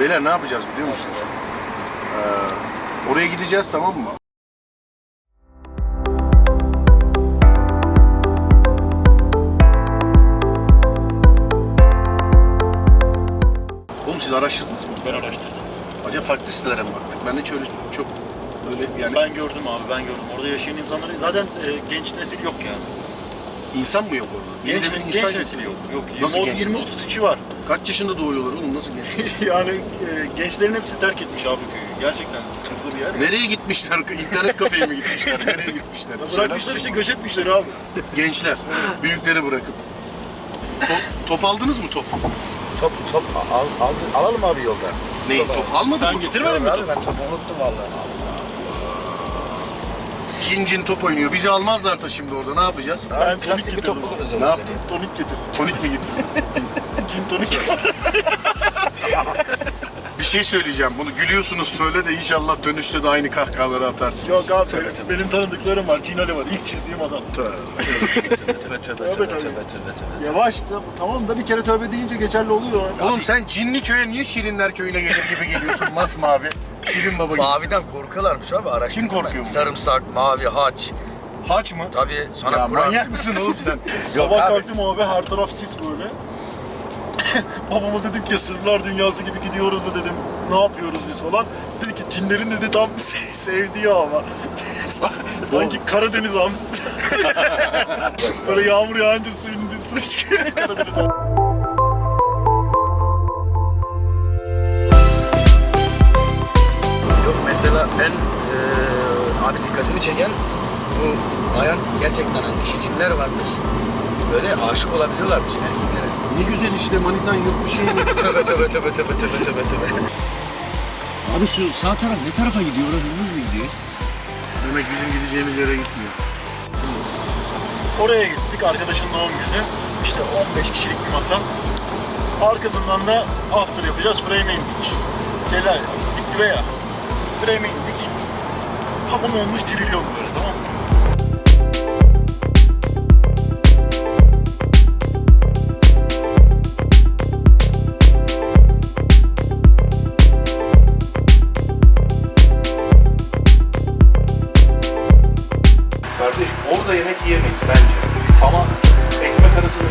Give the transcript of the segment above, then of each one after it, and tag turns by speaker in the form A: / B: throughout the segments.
A: Beyler ne yapacağız biliyor musunuz? Ee, oraya gideceğiz tamam mı? Oğlum siz araştırdınız mı?
B: Ben araştırdım.
A: Acaba farklı sitelere mi baktık? Ben hiç öyle çok öyle yani
B: Ben gördüm abi ben gördüm. Orada yaşayan insanların zaten e, genç nesil yok yani.
A: insan mı yok orada?
B: Genç,
A: Yeni de bir
B: genç
A: insan yok.
B: nesil yok. yok.
A: Nasıl genç
B: 20-30 kişi var.
A: Kaç yaşında doğuyorlar oğlum nasıl genç?
B: yani e, gençlerin hepsi terk etmiş abi köyü. Gerçekten sıkıntılı bir yer. ya.
A: Nereye gitmişler? İnternet kafeye mi gitmişler? Nereye gitmişler?
B: Bırakmışlar işte şey göç etmişler abi.
A: Gençler, büyükleri bırakıp. Top, top aldınız mı top?
C: Top, top al, al, alalım abi yoldan.
A: Neyi top almadın
B: Sen
A: mı?
B: getirmedin mi
C: Abi ben topu unuttum vallahi.
A: Yincin top oynuyor. Bizi almazlarsa şimdi orada ne yapacağız?
B: Ben tonik
C: plastik bir top
B: getirdim.
C: buluruz.
A: Ne yaptın?
B: Tonik getir.
A: Tonik mi getirdin?
B: Gin tonik.
A: Bir şey söyleyeceğim. Bunu gülüyorsunuz söyle de inşallah dönüşte de aynı kahkahaları atarsınız.
B: Yok abi benim, benim tanıdıklarım var. Cin Ali var. İlk çizdiğim adam.
A: Tövbe.
C: Tövbe tövbe
B: Tövbe,
C: tövbe
B: tövbe.
C: tövbe tövbe.
B: Yavaş tam- tamam da bir kere tövbe deyince geçerli oluyor.
A: Oğlum sen Cinli köye niye Şirinler köyüne gelir gibi geliyorsun masmavi? Şirin baba gibi.
C: Maviden korkuyorlarmış abi araştırdım.
A: Kim korkuyor
C: ben.
A: mu?
C: Sarımsak, mavi, haç.
A: Haç mı?
C: Tabii sana
A: Ya
C: Kur'an.
A: manyak mısın oğlum sen?
B: Sabah
C: abi.
B: kalktım abi her taraf sis böyle. Babama dedim ki Sırlar dünyası gibi gidiyoruz da dedim ne yapıyoruz biz falan. Dedi ki cinlerin dedi tam sevdiği ama. Sanki Karadeniz hamsisi. böyle yağmur yağınca suyun üstüne çıkıyor Karadeniz hamsisi.
C: Yok mesela en eee abi dikkatimi çeken bu bayan gerçekten hani dişi cinler varmış. Böyle aşık olabiliyorlarmış erkeklere.
A: Ne güzel işte manitan yok bir şey yok.
C: tövbe tövbe tövbe tövbe tövbe tövbe tövbe.
D: Abi şu sağ taraf ne tarafa gidiyor? Orası hızlı hızlı gidiyor.
A: Demek bizim gideceğimiz yere gitmiyor.
B: Oraya gittik arkadaşın doğum günü. İşte 15 kişilik bir masa. Arkasından da after yapacağız. Frame'e indik. Şeyler dik dibe ya. Frame'e indik. Kafam olmuş trilyon böyle tamam mı?
A: Kardeş orada yemek yiyemeyiz bence. Ama ekmek arasında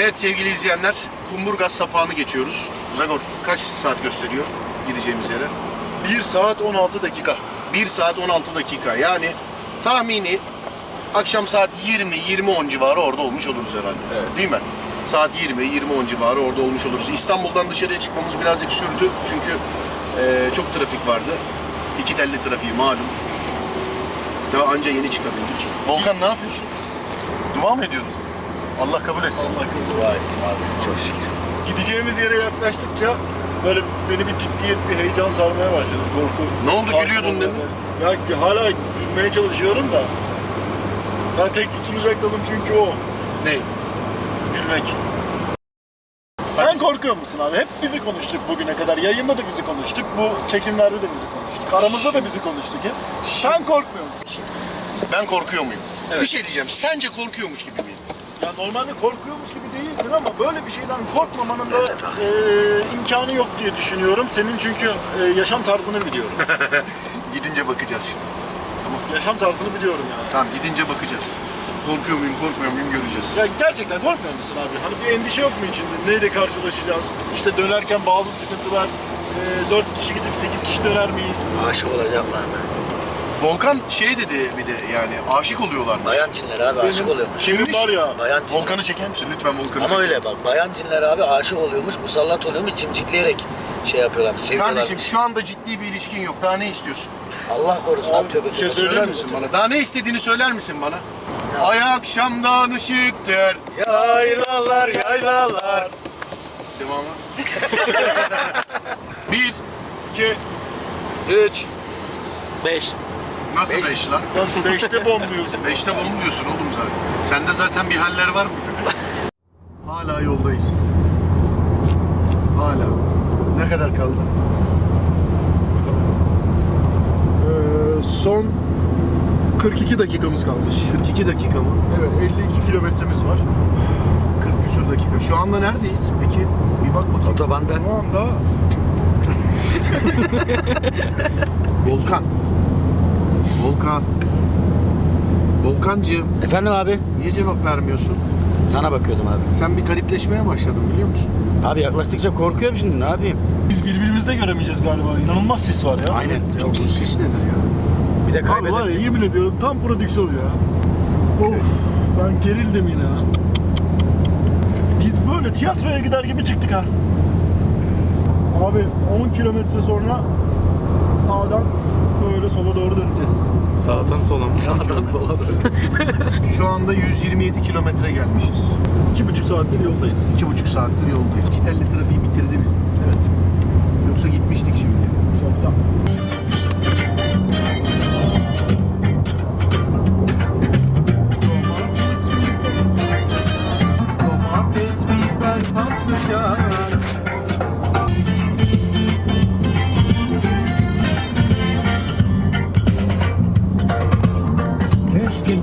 A: Evet sevgili izleyenler, Kumburgaz sapağını geçiyoruz. Zagor kaç saat gösteriyor gideceğimiz yere?
B: 1 saat 16 dakika.
A: 1 saat 16 dakika. Yani tahmini akşam saat 20-20-10 civarı orada olmuş oluruz herhalde.
B: Evet.
A: Değil mi? Saat 20-20-10 civarı orada olmuş oluruz. İstanbul'dan dışarıya çıkmamız birazcık sürdü. Çünkü e, çok trafik vardı. İki telli trafiği malum. Daha anca yeni çıkabildik. Volkan ne yapıyorsun? Dua mı ediyordun? Allah kabul etsin.
B: Vay çok şükür. Gideceğimiz yere yaklaştıkça böyle beni bir ciddiyet, bir heyecan sarmaya başladı. Korku.
A: Ne oldu,
B: Korku
A: gülüyordun
B: olmaya
A: demin?
B: başladı. Ya hala gülmeye çalışıyorum da. Ben tek tutulacak dalım çünkü o.
A: Ne?
B: Gülmek. Sen korkuyor musun abi? Hep bizi konuştuk bugüne kadar. Yayında da bizi konuştuk. Bu çekimlerde de bizi konuştuk. Aramızda da bizi konuştuk hep. Sen korkmuyor musun?
A: Ben korkuyor muyum?
B: Evet.
A: Bir şey diyeceğim. Sence korkuyormuş gibi miyim?
B: Ya normalde korkuyormuş gibi değilsin ama böyle bir şeyden korkmamanın da e, imkanı yok diye düşünüyorum. Senin çünkü e, yaşam tarzını biliyorum.
A: Gidince bakacağız şimdi.
B: yaşam tarzını biliyorum yani.
A: Tamam gidince bakacağız. Korkuyor muyum, korkmuyor muyum göreceğiz.
B: Ya gerçekten korkmuyor musun abi? Hani bir endişe yok mu içinde? Neyle karşılaşacağız? İşte dönerken bazı sıkıntılar. E, 4 kişi gidip 8 kişi döner miyiz?
C: Aşık olacaklar mı?
A: Volkan şey dedi bir de yani aşık oluyorlarmış.
C: Bayan cinler abi aşık oluyormuş.
B: Kimin var ya?
C: Bayan cinler.
A: Volkan'ı çeker misin lütfen Volkan'ı
C: Ama
A: çek.
C: öyle bak bayan cinler abi aşık oluyormuş, musallat oluyormuş, cimcikleyerek şey yapıyorlar, seviyorlar.
A: Kardeşim şu anda ciddi bir ilişkin yok. Daha ne istiyorsun?
C: Allah korusun
B: Abi,
C: abi tövbe
B: bir şey
C: tövbe.
B: söyleyeyim
A: Söyler
B: mi?
A: misin bana? Daha ne istediğini söyler misin bana? Ay akşamdan ışıktır.
B: Yaylalar yaylalar.
A: Devamı. bir,
B: Ki
C: 3 5
A: Nasıl
C: Beş.
A: beş lan?
B: Lan beşte bomluyorsun.
A: Beşte bomluyorsun oğlum zaten. Sende zaten bir haller var bugün. Hala yoldayız. Hala. Ne kadar kaldı?
B: Ee, son 42 dakikamız kalmış.
A: 42 dakika mı?
B: Evet 52 kilometremiz var.
A: 40 küsur dakika. Şu anda neredeyiz peki? Bir bak bakayım.
C: Otobanda
B: Şu anda
A: Volkan. Volkan. Volkancığım
C: Efendim abi?
A: niye cevap vermiyorsun?
C: Sana bakıyordum abi.
A: Sen bir garipleşmeye başladın biliyor musun?
C: Abi yaklaştıkça korkuyorum şimdi ne yapayım?
B: biz birbirimizi de göremeyeceğiz galiba. İnanılmaz sis var ya.
C: Aynen
A: Ya
C: çok
A: bu
C: sis.
A: sis nedir ya?
C: Bir de
B: Abi var ya
C: kaybedersin.
B: yemin ediyorum tam prodüksiyon ya. Of ben gerildim yine ha. Biz böyle tiyatroya gider gibi çıktık ha. Abi 10 kilometre sonra sağdan böyle sola doğru döneceğiz.
E: Sağdan sola mı?
C: Sağdan sola doğru.
A: Şu anda 127 kilometre gelmişiz.
B: 2,5 saattir yoldayız.
A: İki buçuk saattir yoldayız. İki telli trafiği bitirdi bizi.
B: Evet
A: Yoksa gitmiştik şimdi.
B: çoktan.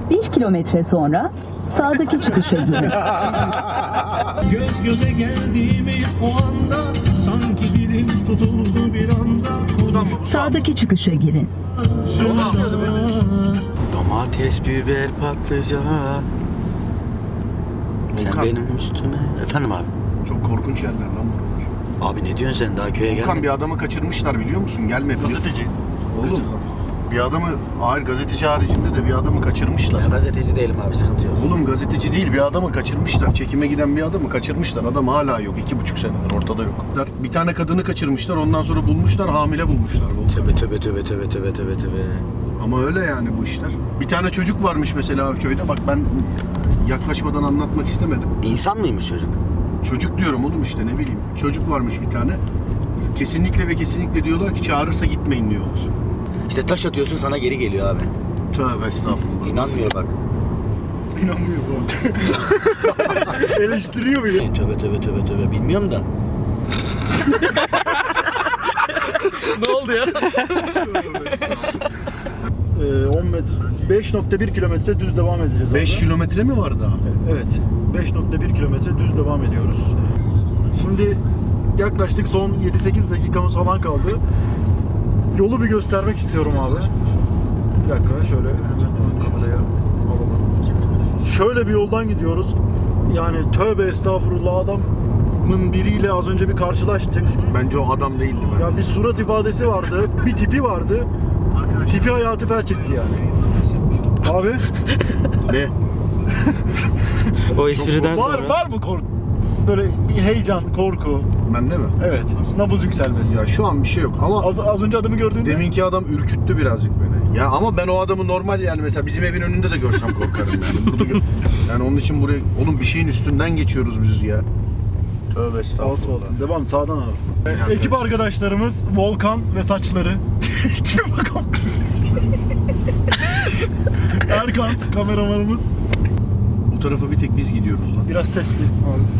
F: Bir kilometre sonra sağdaki çıkışa girin.
G: Göz göze geldiğimiz o anda Sanki dilim tutuldu bir anda
A: Buradan mı?
F: Sağdaki çıkışa girin.
G: Konuşmalar
C: Domates, biber, patlıcan. Sen
A: Volkan.
C: benim üstüme. Efendim abi.
A: Çok korkunç yerler lan buralar.
C: Abi ne diyorsun sen daha köye
A: Volkan
C: gelmedin.
A: bir adamı kaçırmışlar biliyor musun? Gelmedi.
B: Gazeteci.
A: Oğlum bir adamı, hayır gazeteci haricinde de bir adamı kaçırmışlar.
C: Ben gazeteci değilim abi sıkıntı yok.
A: Oğlum gazeteci değil bir adamı kaçırmışlar. Çekime giden bir adamı kaçırmışlar. Adam hala yok. iki buçuk senedir ortada yok. Bir tane kadını kaçırmışlar. Ondan sonra bulmuşlar. Hamile bulmuşlar. Volkan.
C: Tövbe tövbe tövbe tövbe tövbe tövbe tövbe.
A: Ama öyle yani bu işler. Bir tane çocuk varmış mesela köyde. Bak ben e, yaklaşmadan anlatmak istemedim.
C: İnsan mıymış çocuk?
A: Çocuk diyorum oğlum işte ne bileyim. Çocuk varmış bir tane. Kesinlikle ve kesinlikle diyorlar ki çağırırsa gitmeyin diyorlar.
C: İşte taş atıyorsun sana geri geliyor abi.
A: Tövbe estağfurullah.
C: İnanmıyor bak.
B: İnanmıyor bu. Eleştiriyor beni.
C: E, Tövbe tövbe tövbe tövbe bilmiyorum da. ne oldu ya?
B: Ee, 10 metre, 5.1 kilometre düz devam edeceğiz.
A: 5
B: orada.
A: kilometre mi var daha?
B: Evet. 5.1 kilometre düz devam ediyoruz. Şimdi yaklaştık son 7-8 dakikamız falan kaldı. Yolu bir göstermek istiyorum abi. Bir dakika şöyle hemen kameraya alalım. Şöyle bir yoldan gidiyoruz. Yani tövbe estağfurullah adamın biriyle az önce bir karşılaştık.
A: Bence o adam değildi ben.
B: Ya bir surat ifadesi vardı, bir tipi vardı. Tipi hayatı felç etti yani. Abi
A: Ne?
E: O espriden
B: var
E: sonra
B: var mı korku? Böyle bir heyecan, korku.
A: Bende mi?
B: Evet. Nabız yükselmesi.
A: Ya şu an bir şey yok ama
B: Az, az önce adımı gördüğünde
A: deminki adam ürküttü birazcık beni. Ya ama ben o adamı normal yani mesela bizim evin önünde de görsem korkarım yani. Burada gö- yani onun için buraya oğlum bir şeyin üstünden geçiyoruz biz ya. Tövbe estağfurullah.
B: Asfaltın. Devam sağdan abi. ekip arkadaşlarımız Volkan ve saçları. Tipe bakalım. Erkan kameramanımız.
A: Bu tarafa bir tek biz gidiyoruz lan.
B: Biraz sesli.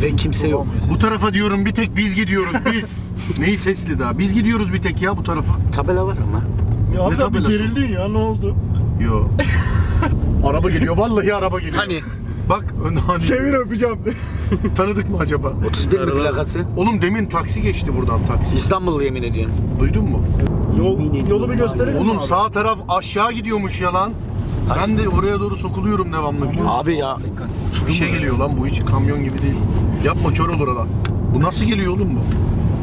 C: Ve kimse yok.
A: Bu tarafa diyorum bir tek biz gidiyoruz biz. Neyi sesli daha? Biz gidiyoruz bir tek ya bu tarafa.
C: Tabela var ama.
A: Ne
B: Ya abi bir
A: tabelası?
B: gerildin ya ne oldu?
A: Yo. araba geliyor vallahi araba geliyor.
C: Hani
A: Bak ön hani.
B: Çevir öpeceğim.
A: Tanıdık mı acaba?
C: 31 mi
E: Sarılı.
C: plakası?
A: Oğlum demin taksi geçti buradan taksi.
C: İstanbullu yemin ediyorum.
A: Duydun mu?
B: Yol, yolu bir gösterelim mi
A: Oğlum
B: abi?
A: sağ taraf aşağı gidiyormuş ya lan. Ben de oraya doğru sokuluyorum devamlı biliyor musun?
C: Abi ya
A: Bir şey geliyor lan bu hiç kamyon gibi değil. Yapma kör olur lan. Bu nasıl geliyor oğlum bu?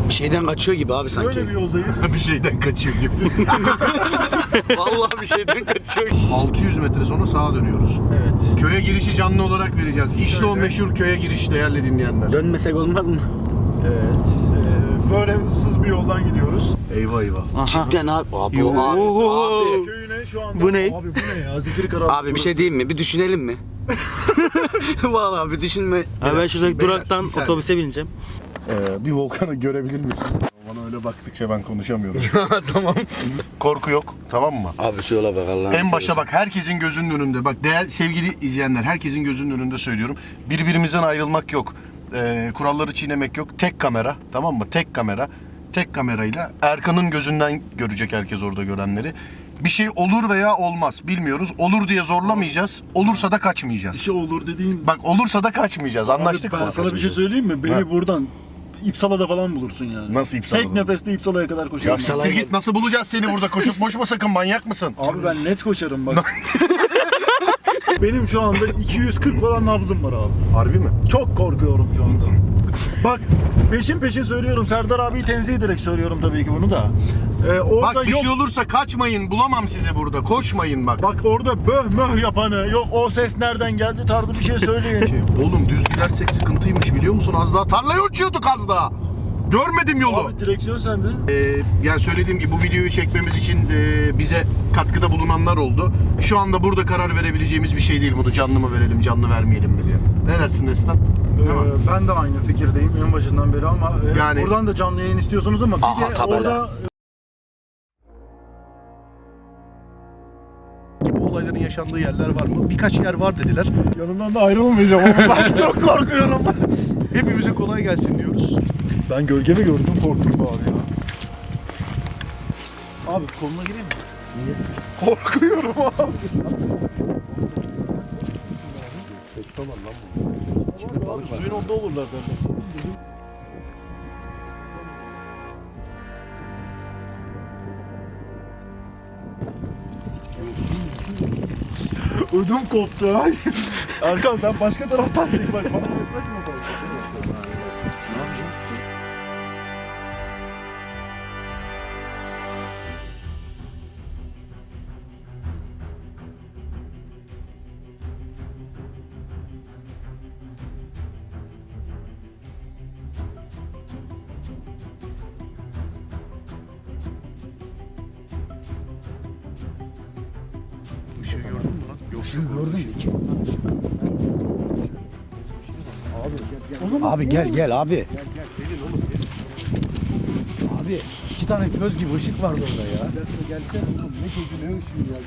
C: bir şeyden kaçıyor gibi abi sanki.
B: Böyle bir yoldayız.
A: bir şeyden kaçıyor gibi.
C: Vallahi bir şeyden kaçıyor.
A: 600 metre sonra sağa dönüyoruz.
B: evet.
A: Köye girişi canlı olarak vereceğiz. İşte o
B: Şöyle.
A: meşhur köye giriş değerli dinleyenler.
C: Dönmesek olmaz mı?
B: Evet. eee, böyle sız bir yoldan gidiyoruz.
A: Eyvah eyvah.
C: Cidden abi. Abi, abi, abi.
B: Köyüne şu anda.
C: Bu ne?
B: Abi bu ne ya? Zifir karanlık.
C: Abi bir şey diyeyim mi? Bir düşünelim mi? Vallahi bir düşünme.
E: Abi ben şuradaki
A: Beyler,
E: duraktan
A: bir saniye.
E: otobüse bineceğim.
A: Ee, bir volkanı görebilir miyiz? Bana öyle baktıkça ben konuşamıyorum.
H: tamam.
A: Korku yok tamam mı?
C: Abi şu yola bak Allah'ını
A: En başa
C: seversen.
A: bak herkesin gözünün önünde. Bak değer sevgili izleyenler herkesin gözünün önünde söylüyorum. Birbirimizden ayrılmak yok. Ee, kuralları çiğnemek yok. Tek kamera tamam mı? Tek kamera. Tek kamerayla Erkan'ın gözünden görecek herkes orada görenleri. Bir şey olur veya olmaz bilmiyoruz. Olur diye zorlamayacağız. Olursa da kaçmayacağız.
B: şey olur dediğin
A: Bak olursa da kaçmayacağız. Anlaştık
B: Abi ben
A: mı?
B: sana bir şey söyleyeyim mi? Beni
A: Ha.
B: buradan İpsala'da falan bulursun yani.
A: Nasıl iptal
B: Tek nefeste İpsala'ya kadar koşarım. ben.
A: Siktir git nasıl bulacağız seni burada? Koşup boşma sakın manyak mısın?
B: Abi ben net koşarım bak. Benim şu anda 240 falan nabzım var abi.
A: Harbi mi?
B: Çok korkuyorum şu anda. Bak peşin peşin söylüyorum. Serdar abiyi tenzih ederek söylüyorum tabii ki bunu da. Ee, orada
A: Bak bir
B: yok.
A: şey olursa kaçmayın. Bulamam sizi burada. Koşmayın bak.
B: Bak orada böh möh yapanı, yok o ses nereden geldi tarzı bir şey söyleyin.
A: Oğlum düz gidersek sıkıntıymış biliyor musun? Az daha tarlaya uçuyorduk az daha. Görmedim yolu.
B: Abi direksiyon sende.
A: Yani söylediğim gibi bu videoyu çekmemiz için e, bize katkıda bulunanlar oldu. Şu anda burada karar verebileceğimiz bir şey değil bunu. Canlı mı verelim, canlı vermeyelim mi diye. Ne dersin Destan? Değil mi?
B: Ee, ben de aynı fikirdeyim en başından beri ama e,
A: Yani-
B: buradan da canlı yayın istiyorsunuz ama bir
C: Aha,
B: de
C: tabela.
B: orada
A: Bu olayların yaşandığı yerler var mı? Birkaç yer var dediler.
B: yanından da ayrılmayacağım ama
A: Ben çok korkuyorum. Hepimize kolay gelsin diyoruz.
B: ben gölge mi gördüm korktum abi ya. Abi koluna gireyim mi?
A: Korkuyorum abi.
B: Abi, suyun onda olurlar bence.
A: Ödüm koptu ha.
B: Erkan sen başka taraftan çek bak. Bana yaklaşma bak.
A: Bir şey gördün mü lan? Yok yok.
C: Abi gel gel abi. Abi iki tane göz gibi ışık vardı orada ya.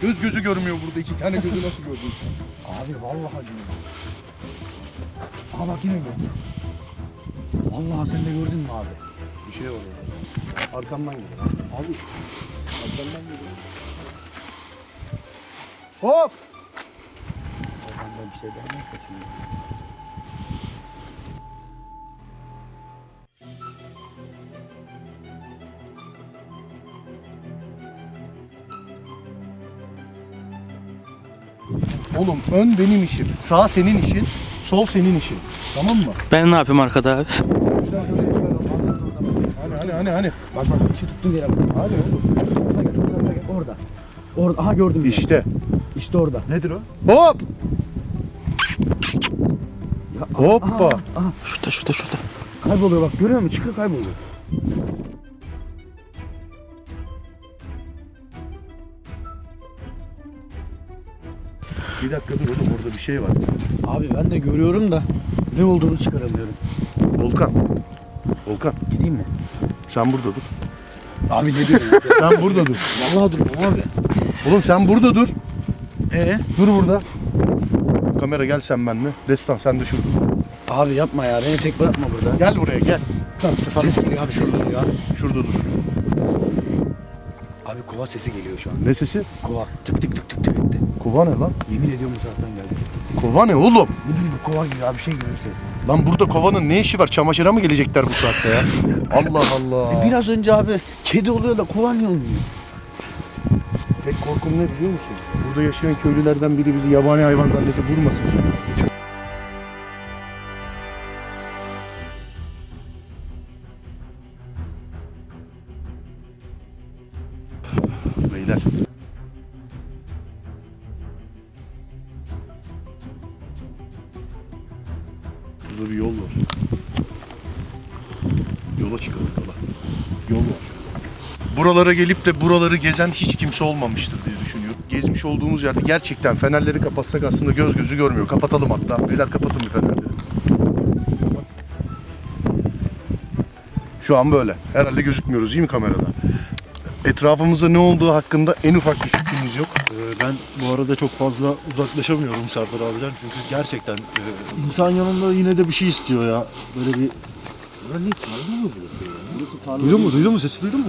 A: Göz gözü görmüyor burada. iki tane gözü nasıl gördün sen?
C: Abi vallahi diyorum. Aa bak yine gördüm. Vallahi sen de gördün mü abi?
A: Bir şey oluyor. Arkamdan geliyor. Abi. Arkamdan geliyor. Hop!
C: Benden bir şey daha mı kaçırdım?
A: Oğlum ön benim işim. Sağ senin işin. Sol senin işin. Tamam mı?
E: Ben ne yapayım arkada abi?
A: Hani hani hani hani.
C: Bak bak bir şey tuttun yere bak. Hadi oğlum. Orada gel, orada gel, Orada. Orada. Aha gördüm. ben.
A: İşte.
C: İşte orada.
A: Nedir o? Hop! Hoppa!
E: Şurada şurada şurada.
C: Kayboluyor bak görüyor musun? Çıkıyor kayboluyor.
A: Bir dakika dur oğlum orada bir şey var.
C: Abi ben de görüyorum da ne olduğunu çıkaramıyorum.
A: Volkan. Volkan
C: Gideyim mi?
A: sen burada dur.
C: Abi ne diyorsun?
A: Sen burada dur.
C: Vallahi durmam abi.
A: Oğlum sen burada dur.
C: Ee?
A: Dur burada. Kamera gel sen benimle. Destan sen de şurada.
C: Abi yapma ya beni tek bırakma burada.
A: Gel buraya gel.
C: Ses geliyor abi ses geliyor abi.
A: Şurada dur.
C: Abi kova sesi geliyor şu an.
A: Ne sesi?
C: Kova. Tık tık tık tık tık etti.
A: Kova ne lan?
C: Yemin ediyorum bu taraftan geldi.
A: Kova ne oğlum?
C: Ne bileyim bu kova gibi abi bir şey gibi bir ses.
A: Lan burada kovanın ne işi var? Çamaşıra mı gelecekler bu saatte ya? Allah Allah.
C: Biraz önce abi kedi oluyor da kova niye olmuyor?
A: Tek korkum ne biliyor musun? Burada yaşayan köylülerden biri bizi yabani hayvan zannedip vurmasın. Beyler. Burada bir yol var. Yola çıkalım yola. Yol var. Buralara gelip de buraları gezen hiç kimse olmamıştır diye düşünüyorum. Gezmiş olduğumuz yerde gerçekten fenerleri kapatsak aslında göz gözü görmüyor. Kapatalım hatta. Beyler kapatın bir fenerleri. Şu an böyle. Herhalde gözükmüyoruz değil mi kamerada? Etrafımızda ne olduğu hakkında en ufak bir fikrimiz yok.
B: Ee, Ben bu arada çok fazla uzaklaşamıyorum Serdar abiden çünkü gerçekten e, insan yanında yine de bir şey istiyor ya. Böyle bir... Böyle ne tarla mı burası ya? Burası tarla Duydun mu? Duydun mu? Sesi duydun mu?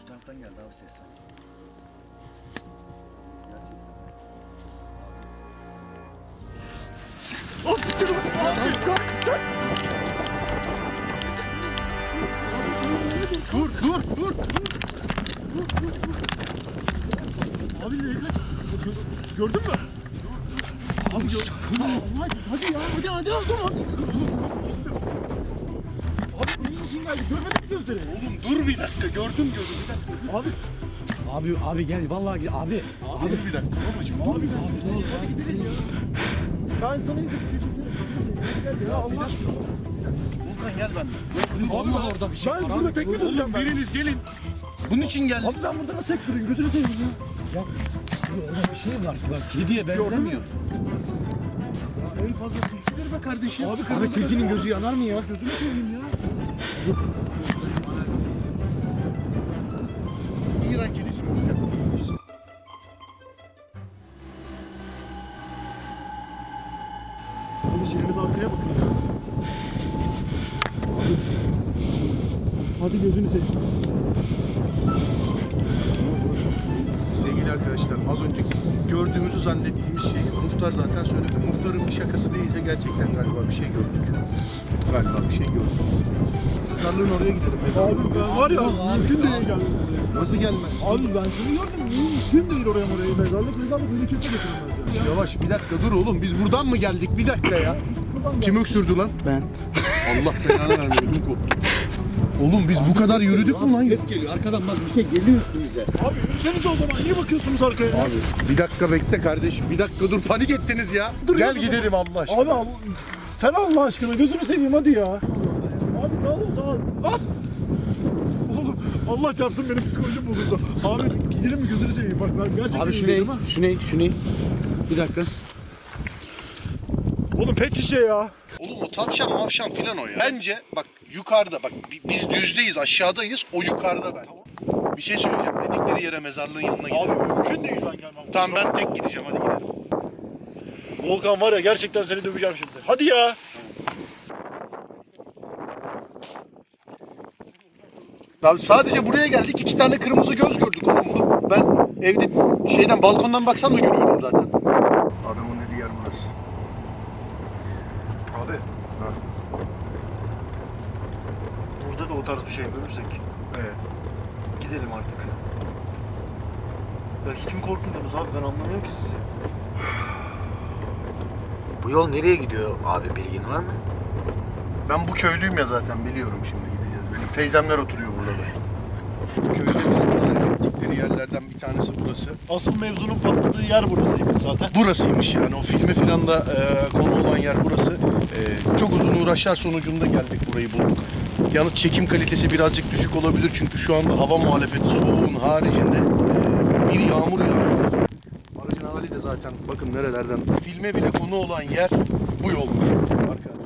C: Şu taraftan geldi abi ses sanki.
I: Abi abi gel vallahi gel abi. şey şey
A: Biriniz gelin. Bunun için geldim.
I: Orada bir şey var. Bak kediye benzemiyor. en fazla tilkidir be kardeşim. Abi, abi tilkinin gözü yanar mı ya? Gözünü seveyim ya.
A: İran kedisi mi?
B: Abi şeyimiz arkaya bakın ya. Hadi gözünü seveyim.
A: Sevgili arkadaşlar az önce gördüğümüzü zannettiğimiz şeyi muhtar zaten söyledi. Muhtarın bir şakası değilse gerçekten galiba bir şey gördük. Galiba bir şey gördük. Mezarlığın oraya gidelim. Mezarlığın
B: Abi ben var ya mümkün değil ya.
A: Nasıl gelmez?
B: Abi ben seni gördüm mümkün değil oraya oraya mezarlık mezarlık beni kimse götürmez ya.
A: Yavaş bir dakika dur oğlum biz buradan mı geldik bir dakika ya. Kim öksürdü lan?
J: Ben.
A: Allah belanı vermesin koptu. Oğlum biz bu kadar yürüdük mü lan?
I: Ses geliyor arkadan bak bir şey geliyor üstümüze.
B: Abi yürüsenize o zaman niye bakıyorsunuz arkaya?
A: Abi bir dakika bekle kardeşim bir dakika dur panik ettiniz ya. Gel gidelim Allah aşkına.
B: Abi, abi sen Allah aşkına gözünü seveyim hadi ya. Abi ne oldu abi? As! Oğlum Allah çarpsın benim psikolojim bozuldu. Abi gidelim mi gözünü seveyim bak ben gerçekten
C: Abi şu ne?
B: üzüldüm ha.
C: Şu ne? Şu ne? Bir dakika.
B: Oğlum pet şişe ya.
A: Oğlum o tavşan mavşan filan o ya. Bence bak yukarıda bak bi- biz düzdeyiz aşağıdayız o yukarıda ben. Bir şey söyleyeceğim dedikleri yere mezarlığın yanına gidelim.
B: Abi mümkün değil ben gelmem.
A: Tamam ben tek gideceğim hadi gidelim.
B: Volkan var ya gerçekten seni döveceğim şimdi. Hadi ya.
A: Ya sadece buraya geldik iki tane kırmızı göz gördük oğlum bunu. Ben evde şeyden balkondan baksam da görüyorum zaten. Adamın dediği yer burası.
B: Abi. Burada da o tarz bir şey görürsek.
A: Evet.
B: Gidelim artık. Ya hiç mi korkmuyorsunuz abi ben anlamıyorum ki sizi.
C: Bu yol nereye gidiyor abi bilgin var mı?
A: Ben bu köylüyüm ya zaten biliyorum şimdi gideceğiz. Benim teyzemler oturuyor burada da. Köyde bize tarif ettikleri yerlerden bir tanesi burası.
B: Asıl mevzunun patladığı yer burasıymış zaten.
A: Burasıymış yani o filme filan da e, konu olan yer burası. E, çok uzun uğraşlar sonucunda geldik burayı bulduk. Yalnız çekim kalitesi birazcık düşük olabilir çünkü şu anda hava muhalefeti soğuğun haricinde e, bir yağmur yağıyor. Aracın hali de zaten bakın nerelerden. Filme bile konu olan yer bu yolmuş arkadaşlar.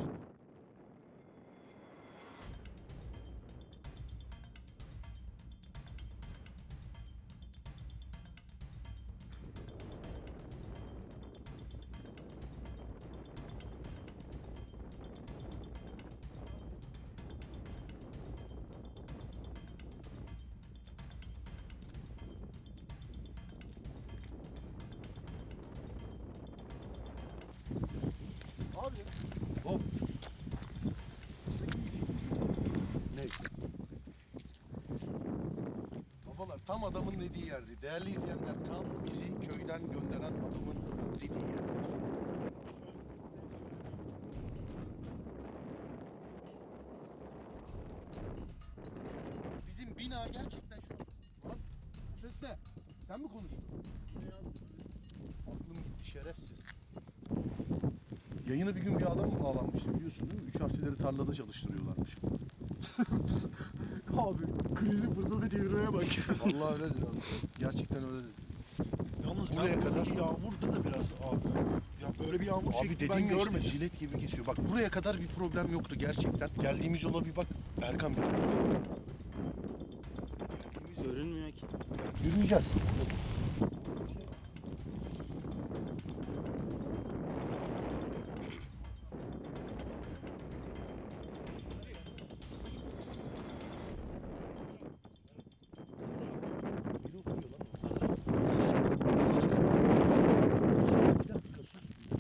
A: tam adamın dediği yerdi. Değerli izleyenler tam bizi köyden gönderen adamın dediği yer. Bizim bina gerçekten şu. Lan bu ses ne? Sen mi konuştun? Aklım gitti şerefsiz. Yayını bir gün bir adam bağlanmıştı biliyorsun değil mi? Üç harfleri tarlada çalıştırıyorlarmış.
B: Abi krizi fırsata çevirmeye bak.
A: Vallahi öyle dedi abi. Gerçekten öyle dedi.
B: Yalnız
A: Buraya
B: ben
A: kadar.
B: buradaki yağmurda da biraz abi. Ya böyle bir yağmur
A: Abi
B: şekli
A: dediğin
B: ben
A: gibi
B: görmedim.
A: işte jilet gibi kesiyor. Bak buraya kadar bir problem yoktu gerçekten. Geldiğimiz yola bir bak. Erkan bir
E: Görünmüyor ki.
A: Yürüyeceğiz.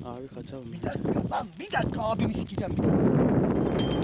E: Abi kaçalım.
A: Bir dakika lan bir dakika abini sikeceğim bir dakika.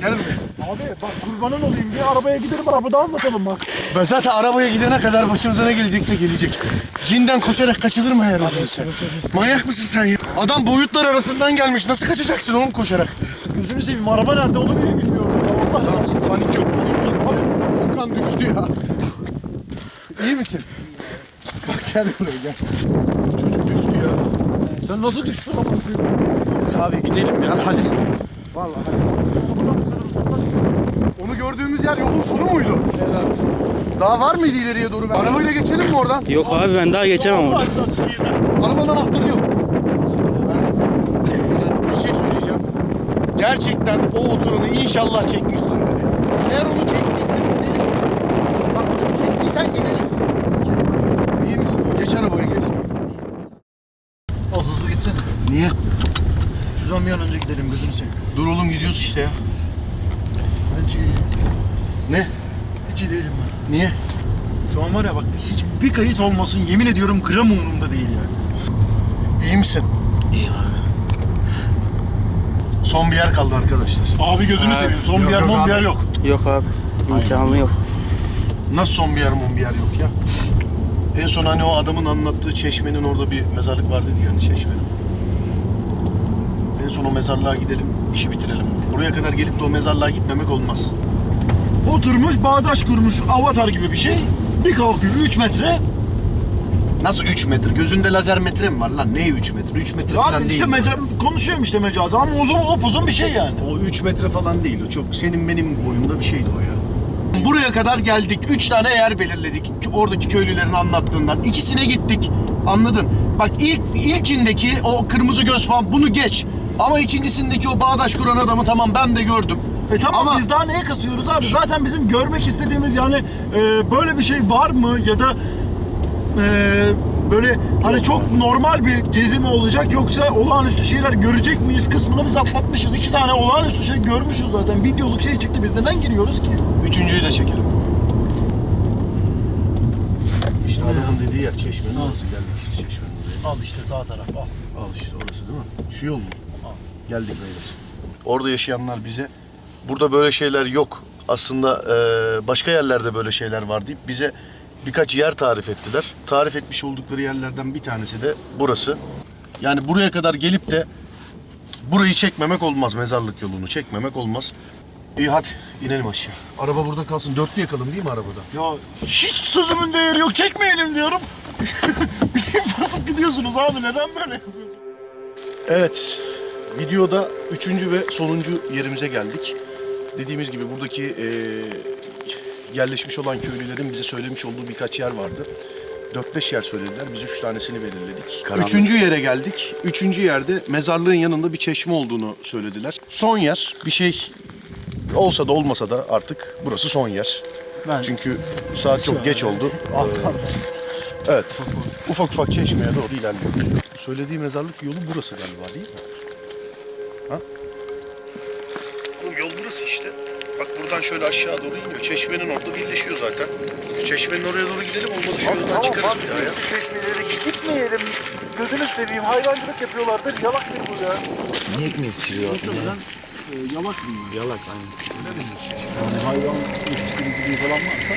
A: Gel buraya.
B: Abi bak kurbanın olayım bir arabaya gidelim arabada anlatalım bak.
A: Ben zaten arabaya gidene kadar başımıza ne gelecekse gelecek. Cinden koşarak kaçılır mı her ucunu sen? Manyak mısın sen ya? Adam boyutlar arasından gelmiş. Nasıl kaçacaksın oğlum koşarak?
B: Gözünü seveyim araba nerede onu bile bilmiyorum. ya. Allah
A: Tamam panik yok. Panik yok. Abi, Okan düştü ya. İyi misin? Kalk gel buraya gel. Çocuk düştü ya.
B: Sen nasıl düştün ama?
E: Abi gidelim ya hadi.
A: Onu gördüğümüz yer yolun sonu muydu? Daha var mıydı ileriye doğru? Arabayla geçelim mi oradan?
E: Yok abi ben daha geçemem orada.
A: Arabanın anahtarı yok. Ben bir şey söyleyeceğim. Gerçekten o oturunu inşallah çekmişsindir. Eğer onu çektiysen gidelim. Bak onu çektiysen gidelim. İyi misin? Geç arabaya geç.
B: Az hızlı gitsene.
A: Niye?
B: Şuradan bir an önce gidelim gözünü seveyim.
A: Dur oğlum gidiyoruz işte ya.
B: Ben hiç iyi değilim.
A: Ne?
B: Hiç iyi değilim ben.
A: Niye?
B: Şu an var ya bak hiç bir kayıt olmasın yemin ediyorum gram umurumda değil yani.
A: İyi misin?
E: İyi abi.
A: Son bir yer kaldı arkadaşlar.
B: Abi gözünü seveyim son bir
A: yok
B: yer
A: yok
B: mon
A: abi.
B: bir yer yok.
E: Yok abi. İmkanı yok.
A: Nasıl son bir yer mon bir yer yok ya? En son hani o adamın anlattığı çeşmenin orada bir mezarlık vardı diye hani çeşmenin. En son o mezarlığa gidelim, işi bitirelim. Buraya kadar gelip de o mezarlığa gitmemek olmaz.
B: Oturmuş bağdaş kurmuş avatar gibi bir şey. Bir kalkıyor 3 metre.
A: Nasıl 3 metre? Gözünde lazer metre mi var lan? Ne 3 metre? 3 metre falan
B: Abi
A: değil.
B: işte meza- konuşuyorum işte mecazi ama uzun upuzun bir şey yani.
A: O 3 metre falan değil. O çok senin benim boyumda bir şeydi o ya. Buraya kadar geldik. 3 tane yer belirledik. Oradaki köylülerin anlattığından. ikisine gittik. Anladın? Bak ilk ilkindeki o kırmızı göz falan bunu geç. Ama ikincisindeki o bağdaş kuran adamı tamam ben de gördüm.
B: E tamam
A: Ama-
B: biz daha neye kasıyoruz abi? Zaten bizim görmek istediğimiz yani e, böyle bir şey var mı ya da e, böyle hani çok normal bir gezi mi olacak yoksa olağanüstü şeyler görecek miyiz kısmını biz atlatmışız. İki tane olağanüstü şey görmüşüz zaten. Videoluk şey çıktı biz neden giriyoruz ki?
A: Üçüncüyü de çekelim. İşte adamın dediği yer çeşmenin orası geldik işte çeşmenin oraya.
B: Al işte sağ taraf al.
A: Al işte orası değil mi? Şu yol mu? Geldik beyler. Orada yaşayanlar bize burada böyle şeyler yok. Aslında eee, başka yerlerde böyle şeyler var deyip bize birkaç yer tarif ettiler. Tarif etmiş oldukları yerlerden bir tanesi de burası. Yani buraya kadar gelip de burayı çekmemek olmaz. Mezarlık yolunu çekmemek olmaz. İyi hadi inelim aşağı. Araba burada kalsın. Dörtlü yakalım değil mi arabada?
B: Ya hiç sözümün değeri yok çekmeyelim diyorum. Bileyim basıp gidiyorsunuz abi neden böyle yapıyorsunuz?
A: Evet. Videoda üçüncü ve sonuncu yerimize geldik. Dediğimiz gibi buradaki eee, yerleşmiş olan köylülerin bize söylemiş olduğu birkaç yer vardı. 4-5 yer söylediler. Biz üç tanesini belirledik. Üçüncü yere geldik. Üçüncü yerde mezarlığın yanında bir çeşme olduğunu söylediler. Son yer bir şey olsa da olmasa da artık burası son yer. Çünkü saat çok geç oldu. Ee, evet. Ufak ufak çeşmeye doğru ilerliyoruz. Söylediği mezarlık yolu burası galiba değil mi? Ha? Oğlum yol burası işte. Bak buradan şöyle aşağı doğru iniyor. Çeşmenin orada birleşiyor zaten. Çeşmenin oraya doğru gidelim olmadı şu yoldan çıkarız bir daha ya.
B: çeşmelere gitmeyelim. Gözünü seveyim hayvancılık yapıyorlardır yalaktır bu ya.
C: İnek mi içiriyor?
D: Muhtemelen e, yalak bunlar.
C: Yalak aynen.
B: Yani hayvan yetiştiriciliği falan varsa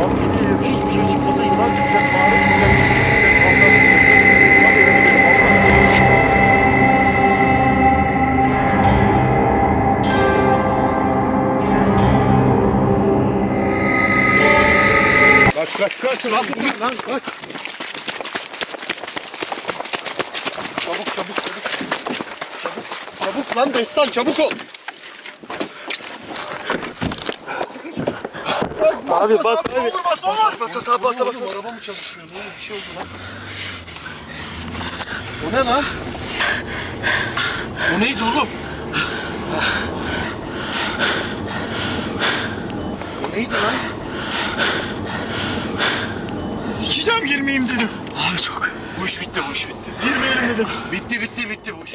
B: Abi yemin ediyorum hiçbir şey çıkmasa yılan çıkacak, fare çıkacak, kimse çıkacak, sansar çıkacak. Bir şey var ya, öyle bir Allah.
A: Kaç kaç kaç lan Umut lan kaç. Çabuk çabuk çabuk. Çabuk çabuk lan destan çabuk ol.
E: Abi bak abi.
A: Basa sağa basa basa. Araba mı çalışmıyor? Ne oldu? Bir şey oldu lan. O ne lan? O neydi oğlum? O neydi lan?
B: Sikeceğim girmeyeyim dedim.
A: Abi çok. Bu iş bitti bu iş bitti.
B: Girmeyelim dedim.
A: Bitti bitti bitti bu iş.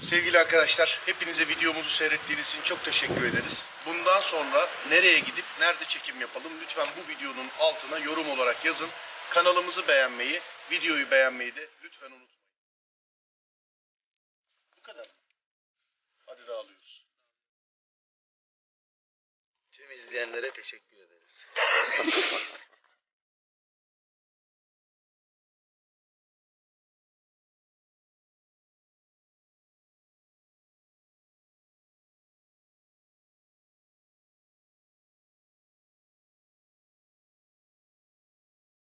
A: Sevgili arkadaşlar, hepinize videomuzu seyrettiğiniz için çok teşekkür ederiz. Bundan sonra nereye gidip nerede çekim yapalım lütfen bu videonun altına yorum olarak yazın. Kanalımızı beğenmeyi, videoyu beğenmeyi de lütfen unutmayın. Bu kadar. Hadi dağılıyoruz.
C: Tüm izleyenlere teşekkür ederiz.